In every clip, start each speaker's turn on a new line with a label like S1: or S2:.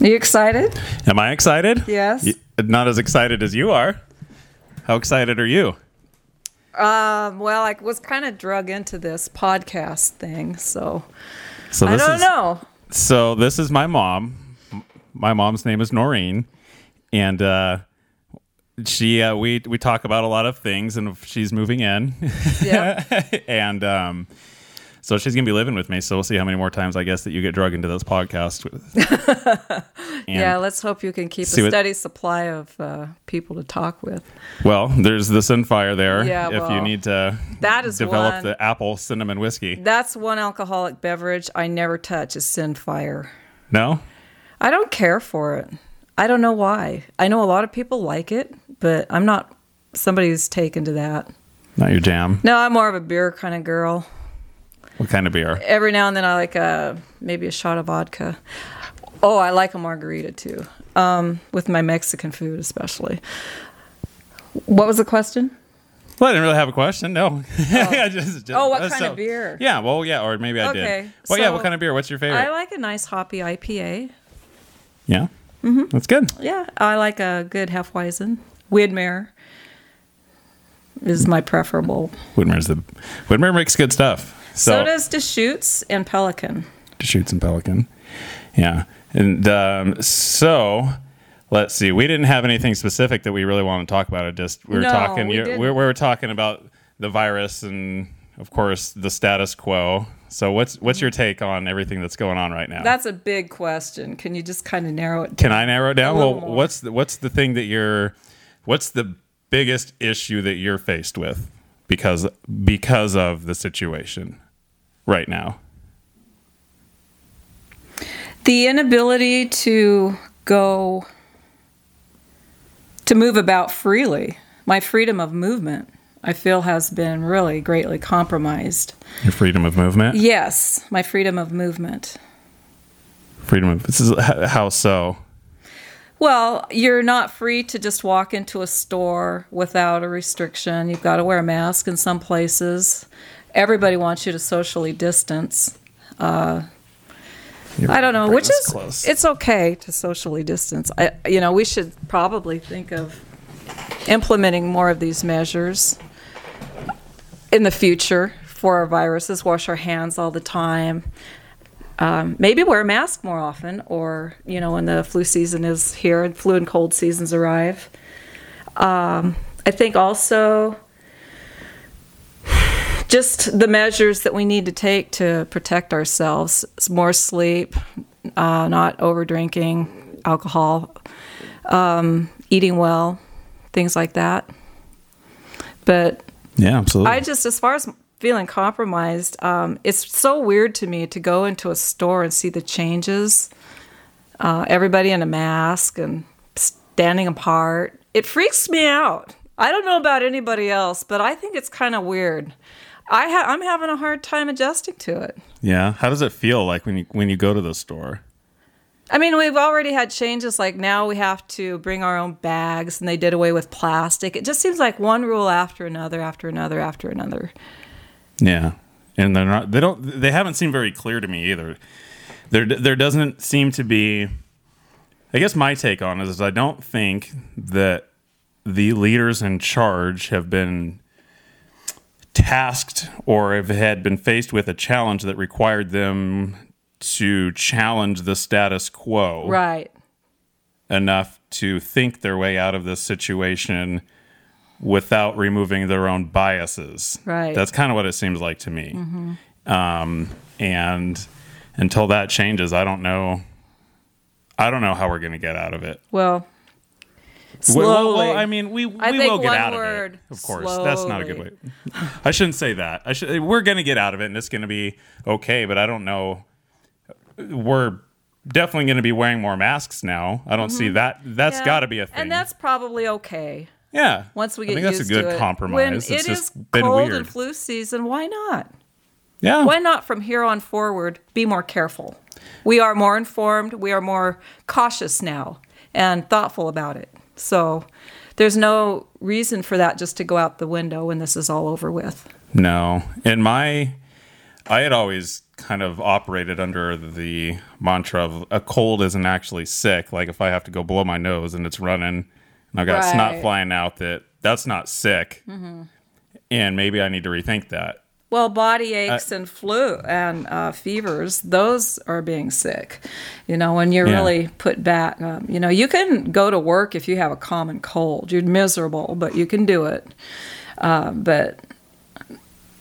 S1: Are you excited?
S2: Am I excited?
S1: Yes.
S2: Y- Not as excited as you are. How excited are you?
S1: Um, well, I was kind of drug into this podcast thing, so
S2: So
S1: I
S2: this
S1: don't
S2: is,
S1: know.
S2: So this is my mom. M- My mom's name is Noreen, and uh, she uh, we we talk about a lot of things, and she's moving in,
S1: Yeah.
S2: and um, so she's gonna be living with me. So we'll see how many more times I guess that you get drug into this podcast. And-
S1: yeah, let's hope you can keep
S2: See
S1: a
S2: what-
S1: steady supply of uh, people to talk with.
S2: Well, there's the Sinfire there.
S1: Yeah,
S2: if you
S1: well,
S2: need to
S1: that is
S2: develop
S1: one-
S2: the apple cinnamon whiskey.
S1: That's one alcoholic beverage I never touch is Sinfire.
S2: No,
S1: I don't care for it. I don't know why. I know a lot of people like it, but I'm not somebody who's taken to that.
S2: not your jam.
S1: No, I'm more of a beer kind of girl.
S2: What kind of beer?
S1: Every now and then I like a maybe a shot of vodka. Oh, I like a margarita too. Um, with my Mexican food especially. What was the question?
S2: Well, I didn't really have a question. No. I just- just-
S1: Oh, what
S2: uh,
S1: kind of beer?
S2: Yeah. Well, yeah, or maybe I did.
S1: Okay,
S2: Well, yeah. What
S1: so-
S2: kind of beer? What's your favorite?
S1: I like a nice hoppy IPA.
S2: yeah. Mm-hmm. That's good.
S1: Yeah, I like a good Hefeweizen. Widmer is my preferable.
S2: Widmer's the Widmer makes good stuff. So,
S1: So, does Deschutes and Pelican.
S2: Deschutes and Pelican. Yeah. And um, so let's see. We didn't have anything specific that we really want to talk about. It just we were
S1: No,
S2: talking.
S1: we
S2: you-
S1: didn't.
S2: we we were talking about the virus and of course the status quo. So what's what's your take on everything that's going on right now?
S1: That's a big question. Can you just kind of narrow it?
S2: Can I narrow it down?
S1: A
S2: Well,
S1: little more.
S2: what's the, what's the thing that you're what's the biggest issue that you're faced with because because of the situation right now?
S1: The inability to go to move about freely. My freedom of movement, I feel, has been really greatly compromised.
S2: Your freedom of movement.
S1: Yes, my freedom of movement.
S2: Freedom of this is h- how so.
S1: Well, you're not free to just walk into a store without a restriction. You've got to wear a mask in some places. Everybody wants you to socially distance. Uh,
S2: Your
S1: I don't know,
S2: brain
S1: which
S2: was
S1: is it's okay to socially distance. I, you know, we should probably think of implementing more of these measures in the future for our viruses. Wash our hands all the time. Um, maybe wear a mask more often, or you know, when the flu season is here and flu and cold seasons arrive. Um, I think also just the measures that we need to take to protect ourselves It's more sleep uh, not over drinking alcohol um, eating well things like that but
S2: yeah, absolutely.
S1: i just as far as feeling compromised um, it's so weird to me to go into a store and see the changes uh, everybody in a mask and standing apart it freaks me out i don't know about anybody else but i think it's kind of weird I ha- i'm having a hard time adjusting to it
S2: yeah. How does it feel like when you when you go to the store?
S1: I mean, we've already had changes. Like now we have to bring our own bags, and they did away with plastic. It just seems like one rule after another, after another, after another.
S2: Yeah. And they're not they don't they haven't seemed very clear to me either. There there doesn't seem to be I guess my take on it is I don't think that the leaders in charge have been tasked or have had been faced with a challenge that required them to challenge the status quo
S1: Right.
S2: enough to think their way out of this situation without removing their own biases.
S1: Right.
S2: That's kind of what it seems like to me. Um, and until that changes, I don't know. I don't know how we're going to get out of it.
S1: Well,
S2: Well,
S1: slowly.
S2: well, well, I mean, we, we
S1: I think
S2: will get
S1: one
S2: out of
S1: word,
S2: it. Of course, that's not a good way.
S1: slowly.
S2: I shouldn't say that. I should. We're going to get out of it, and it's going to be okay. But I don't know. We're definitely going to be wearing more masks now. I don't see that. That's
S1: Mm-hmm. Yeah.
S2: got to be a thing.
S1: And that's probably okay
S2: yeah.
S1: once we
S2: I
S1: get
S2: think that's
S1: used
S2: a good
S1: to it.
S2: compromise.
S1: When
S2: it's
S1: it
S2: just
S1: is
S2: been
S1: cold
S2: weird.
S1: and flu season, why not?
S2: yeah.
S1: Why not from here on forward be more careful? We are more informed, we are more cautious now and thoughtful about it. So there's no reason for that just to go out the window when this is all over with.
S2: No. In my I had always kind of operated under the mantra of a cold isn't actually sick. Like if I have to go blow my nose and it's running and I've got snot
S1: Right. Mm-hmm.
S2: flying out that that's not sick. And maybe I need to rethink that.
S1: Well, body
S2: Uh,
S1: aches and flu and uh, fevers, those are being sick. You know, when you're
S2: Yeah.
S1: really put back, um, you know, you can go to work if you have a common cold. You're miserable, but you can do it. Uh, but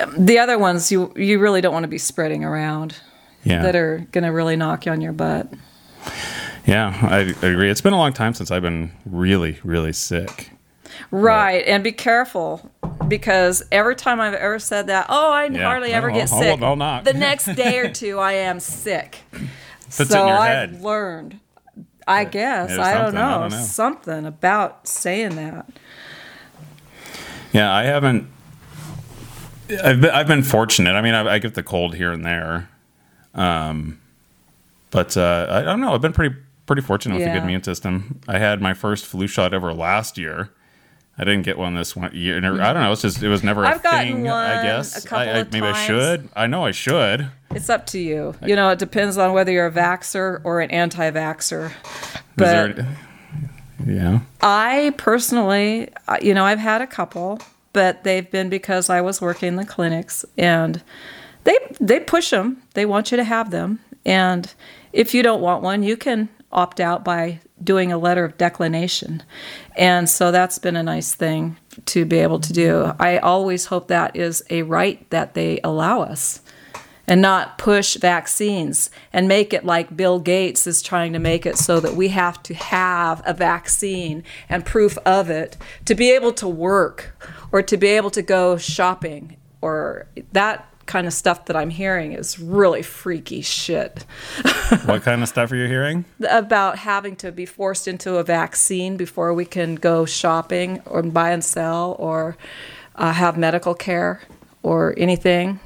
S1: um, the other ones, you, you really don't want to be spreading around
S2: Yeah.
S1: that are going to really knock you on your butt.
S2: yeah, I, I agree. It's been a long time since I've been really, really sick.
S1: Right. And be careful because every time I've ever said that, oh, I
S2: Yeah,
S1: hardly ever
S2: I'll-
S1: get
S2: I'll-
S1: sick.
S2: I'll knock.
S1: The next day or two, I am sick.
S2: it in
S1: so
S2: your
S1: I've
S2: head.
S1: learned, I guess,
S2: there's
S1: I don't,
S2: something, I
S1: know,
S2: don't know.
S1: something about saying that.
S2: Yeah, I haven't. I've been, I've been fortunate. I mean, I, I get the cold here and there, um, but uh, I, I don't know. I've been pretty pretty fortunate with a
S1: Yeah.
S2: good immune system. I had my first flu shot ever last year. I didn't get one this one year. and I don't know. It's just it was never a
S1: I've gotten
S2: thing.
S1: one
S2: I guess
S1: a couple
S2: I, I,
S1: of
S2: maybe I
S1: times.
S2: should. I know I should.
S1: It's up to you. You know, it depends on whether you're a vaxxer or an anti vaxxer.
S2: Is
S1: But
S2: there- yeah,
S1: I personally, uh, you know, I've had a couple, but they've been because I was working the clinics and they they push them. They want you to have them. And if you don't want one, you can opt out by doing a letter of declination. And so that's been a nice thing to be able to do. I always hope that is a right that they allow us and not push vaccines and make it like Bill Gates is trying to make it so that we have to have a vaccine and proof of it to be able to work or to be able to go shopping or that kind of stuff that I'm hearing is really freaky shit
S2: what kind of stuff are you hearing?
S1: about having to be forced into a vaccine before we can go shopping or buy and sell or uh, have medical care or anything.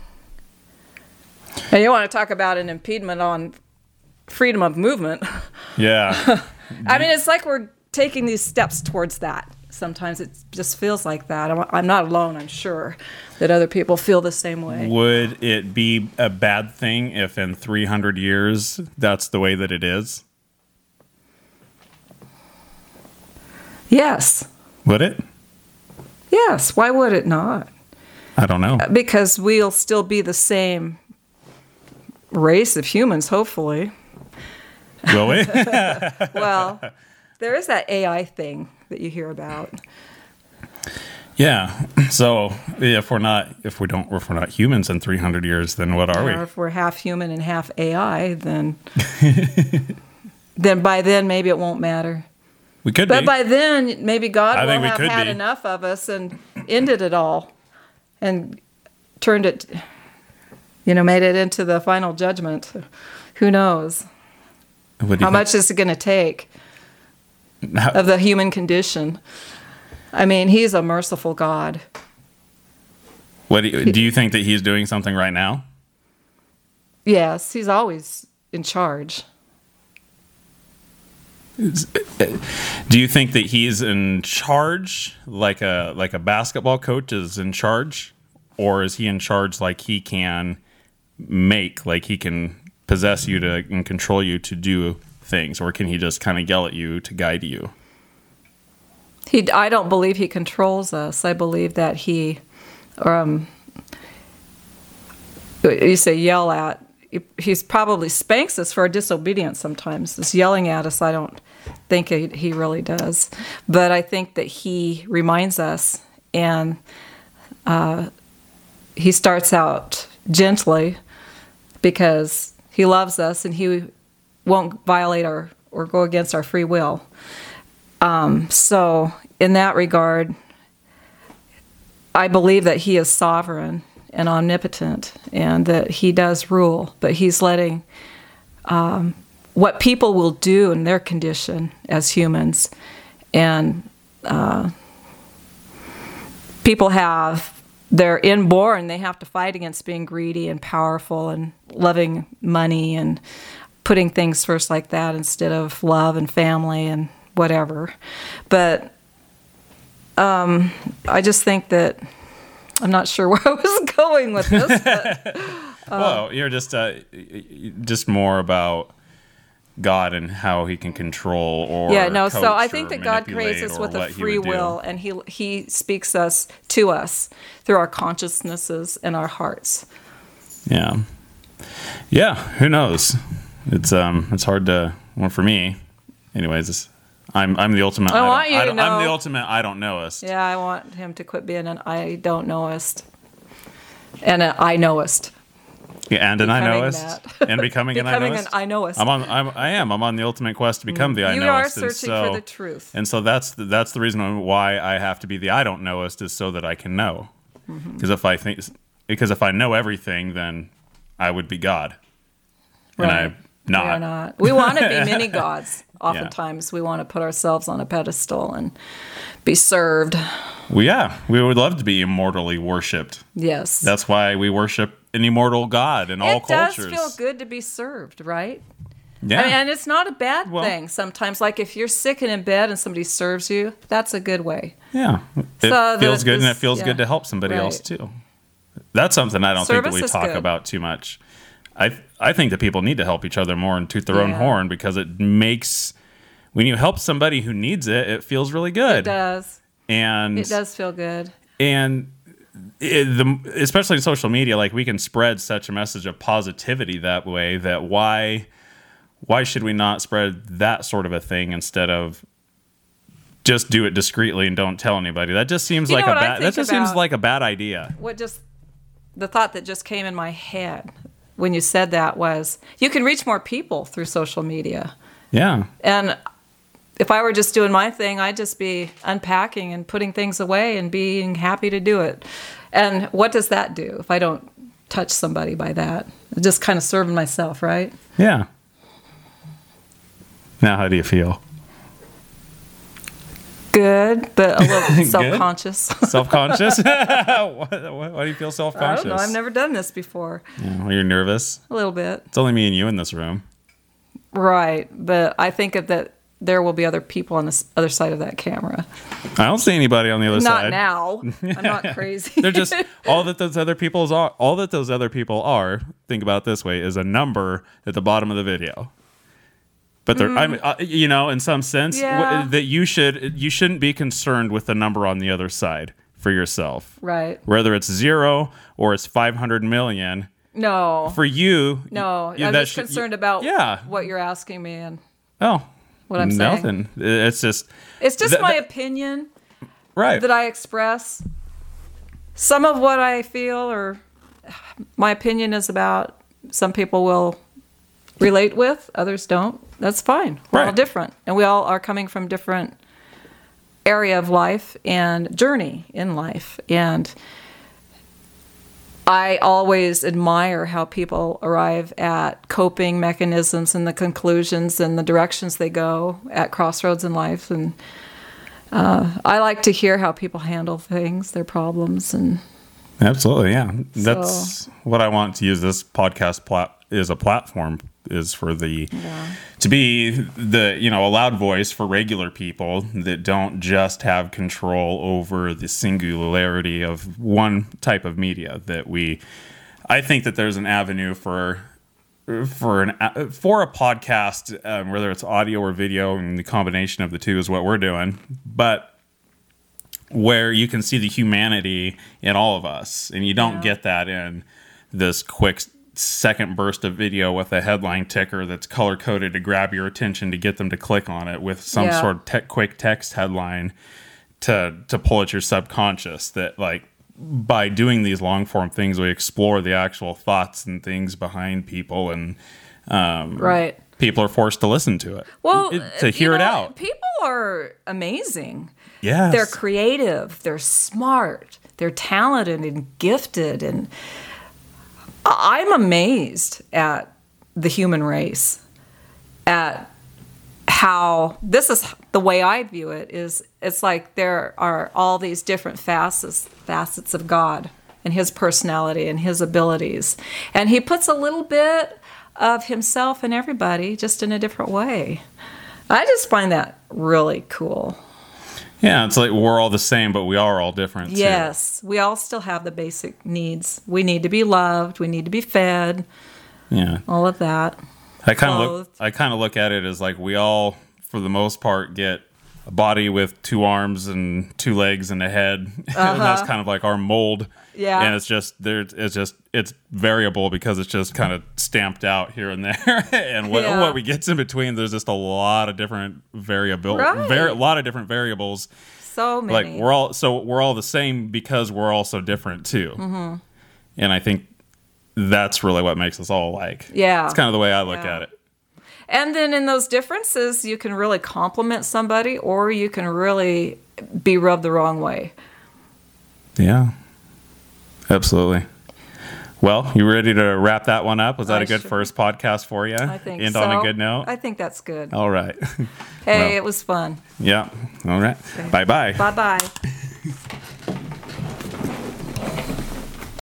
S1: And you want to talk about an impediment on freedom of movement.
S2: Yeah,
S1: I mean, it's like we're taking these steps towards that. Sometimes it just feels like that. I'm, I'm not alone, I'm sure that other people feel the same way.
S2: would it be a bad thing if in 300 years that's the way that it is?
S1: Yes,
S2: Would it?
S1: yes. Why would it not?
S2: I don't know.
S1: because we'll still be the same race of humans, hopefully.
S2: Will we?
S1: Well, there is that AI thing that you hear about.
S2: yeah. So if we're not, if we don't, if we're not humans in 300 years, then what are
S1: Or
S2: we?
S1: if we're half human and half AI, then then by then maybe it won't matter.
S2: We could
S1: But
S2: be.
S1: by then maybe God
S2: I
S1: will
S2: think we
S1: have
S2: could
S1: had
S2: be.
S1: enough of us and ended it all and turned it you know, made it into the final judgment. Who knows?
S2: What do you
S1: How
S2: think?
S1: much is it going to take?
S2: How-
S1: of the human condition. I mean, he's a merciful God.
S2: what do, you, do you think that he's doing something right now?
S1: Yes, he's always in charge.
S2: Do you think that he's in charge, like a like a basketball coach is in charge, or is he in charge like he can make, like he can possess you to and control you to do things, or can he just kind of yell at you to guide you?
S1: He, I don't believe he controls us. I believe that he, um, you say yell at. He's probably spanks us for our disobedience sometimes. This yelling at us, I don't think he, he really does. But I think that he reminds us, and uh, he starts out gently because he loves us and he won't violate our or go against our free will. So, in that regard, I believe that he is sovereign and omnipotent and that he does rule, but he's letting um, what people will do in their condition as humans. And uh, people have, they're inborn, they have to fight against being greedy and powerful and loving money and putting things first like that instead of love and family and whatever. But um, I just think that I'm not sure where I was going with this. But
S2: well, you're just uh, just more about God and how He can control or
S1: yeah no so
S2: coach
S1: i
S2: or
S1: think that god creates
S2: manipulate
S1: us
S2: or
S1: with a
S2: what he
S1: free
S2: would do.
S1: will and he he speaks us to us through our consciousnesses and our hearts
S2: Yeah. Yeah, who knows? It's um it's hard to well for me. Anyways, it's, I'm I'm the ultimate
S1: I
S2: don't-
S1: want you to
S2: don't- I'm the
S1: know.
S2: ultimate I don't knowist.
S1: yeah i want him to quit being an i don't knowist and an i knowist
S2: Yeah, and an I
S1: Becoming
S2: knowist
S1: that.
S2: and becoming,
S1: Becoming
S2: an
S1: an
S2: I knowist.
S1: I-knowist.
S2: I'm on I'm, I am I'm on the ultimate quest to become the I
S1: you
S2: knowist.
S1: are
S2: and
S1: searching
S2: so-
S1: for the truth
S2: And so that's the, that's the reason why I have to be the I don't knowist is so that I can know.
S1: Mm-hmm.
S2: Because if I think because if I know everything, then I would be God, and
S1: Right.
S2: I'm not.
S1: we are not we want to be mini gods oftentimes we want to put ourselves on a pedestal and be served
S2: Well, yeah, we would love to be immortally worshipped.
S1: yes
S2: That's why we worship an immortal God in all
S1: it does
S2: cultures.
S1: feel good to be served right
S2: Yeah.
S1: I mean, and it's not a bad
S2: Well-
S1: thing sometimes. Like if you're sick and in bed and somebody serves you, that's a good way.
S2: yeah. It
S1: So
S2: feels
S1: that
S2: good and it
S1: this-
S2: feels
S1: yeah.
S2: good to help somebody
S1: Right.
S2: else too. That's something I don't
S1: Service
S2: think that we
S1: is
S2: talk
S1: good.
S2: about too much. I I think that people need to help each other more and toot their own
S1: Yeah.
S2: horn because it makes when you help somebody who needs it, it feels really
S1: It
S2: good.
S1: does.
S2: And
S1: It does feel good.
S2: and it, the, especially in social media like we can spread such a message of positivity that way that why why should we not spread that sort of a thing instead of just do it discreetly and don't tell anybody that just seems
S1: You
S2: like
S1: know
S2: a
S1: what I
S2: bad that
S1: think
S2: just seems
S1: about-
S2: like a bad idea
S1: What just the thought that just came in my head when you said that was you can reach more people through social media.
S2: yeah
S1: And if I were just doing my thing, I'd just be unpacking and putting things away and being happy to do it. And what does that do if I don't touch somebody by that? Just kind of serving myself, right?
S2: yeah now how do you feel
S1: Good, but a little self-conscious.
S2: self-conscious why, why why do you feel
S1: I
S2: self-conscious
S1: don't know. I've never done this before.
S2: Yeah, well, you're nervous
S1: A little bit.
S2: it's only me and you in this room
S1: Right. But I think of that there will be other people on this other side of that camera.
S2: i don't see anybody on the other
S1: Not
S2: side
S1: now. I'm not crazy.
S2: They're just all that those other people's are. All that those other people are. Think about it this way: is a number at the bottom of the video. But they're, I mean, uh, you know, in some sense, w-
S1: Mm.
S2: uh,
S1: Yeah.
S2: that you should you shouldn't be concerned with the number on the other side for yourself,
S1: right.
S2: whether it's zero or it's five hundred million.
S1: No.
S2: For you,
S1: No.
S2: you-
S1: I'm
S2: that
S1: just
S2: should-
S1: concerned about
S2: Yeah.
S1: what you're asking me and
S2: Oh,
S1: what I'm saying.
S2: nothing. It's just
S1: It's just
S2: Th-
S1: my
S2: th-
S1: opinion
S2: right.
S1: that I express. Some of what I feel or my opinion is about some people will relate with, others don't. That's fine. We're all
S2: Right.
S1: different. And we all are coming from different area of life and journey in life. And I always admire how people arrive at coping mechanisms and the conclusions and the directions they go at crossroads in life. And uh, I like to hear how people handle things, their problems, and
S2: Absolutely, yeah. That's what I want to use this podcast plat is a platform is for the to be the you know a loud voice for regular people that don't just have control over the singularity of one type of media that we I think that there's an avenue for for an uh, for a podcast um, whether it's audio or video and the combination of the two is what we're doing but where you can see the humanity in all of us and you don't
S1: Yeah.
S2: get that in this quick second burst of video with a headline ticker that's color coded to grab your attention to get them to click on it with some
S1: Yeah.
S2: sort of te- quick text headline to to pull at your subconscious that like by doing these long form things we explore the actual thoughts and things behind people and um,
S1: right.
S2: people are forced to listen to it
S1: Well,
S2: it- to
S1: you
S2: hear it
S1: know,
S2: out
S1: People are amazing.
S2: yes
S1: They're creative, they're smart, they're talented and gifted and I- I'm amazed at the human race. At how this is the way I view it is it's like there are all these different facets facets of God and his personality and his abilities. And he puts a little bit of himself in everybody just in a different way. I just find that really cool.
S2: Yeah, it's like we're all the same, but we are all different. too.
S1: Yes, we all still have the basic needs. We need to be loved, we need to be fed,
S2: Yeah.
S1: all of that.
S2: I kind of look.
S1: Clothed.
S2: I kind of look at it as like we all, for the most part, get a body with two arms and two legs and a head, and that's kind of like our mold.
S1: Uh-huh. Yeah.
S2: and it's just there. It's just it's variable because it's just kind of stamped out here and there, and what
S1: Yeah.
S2: what we gets in between. There's just a lot of different variable,
S1: Right.
S2: a lot of different variables.
S1: So many.
S2: Like we're all so we're all the same because we're all so different too. Mm-hmm. And I think that's really what makes us all alike.
S1: Yeah.
S2: it's kind of the way I look
S1: Yeah.
S2: at it.
S1: And then in those differences, you can really compliment somebody or you can really be rubbed the wrong way.
S2: Yeah, absolutely. Well, you ready to wrap that one up? Was that
S1: I
S2: a good
S1: sure-
S2: first podcast for you?
S1: I think
S2: End
S1: so.
S2: on a good note.
S1: I think that's good.
S2: All right.
S1: hey,
S2: well.
S1: it was fun.
S2: yeah. All right. Bye bye.
S1: Bye bye.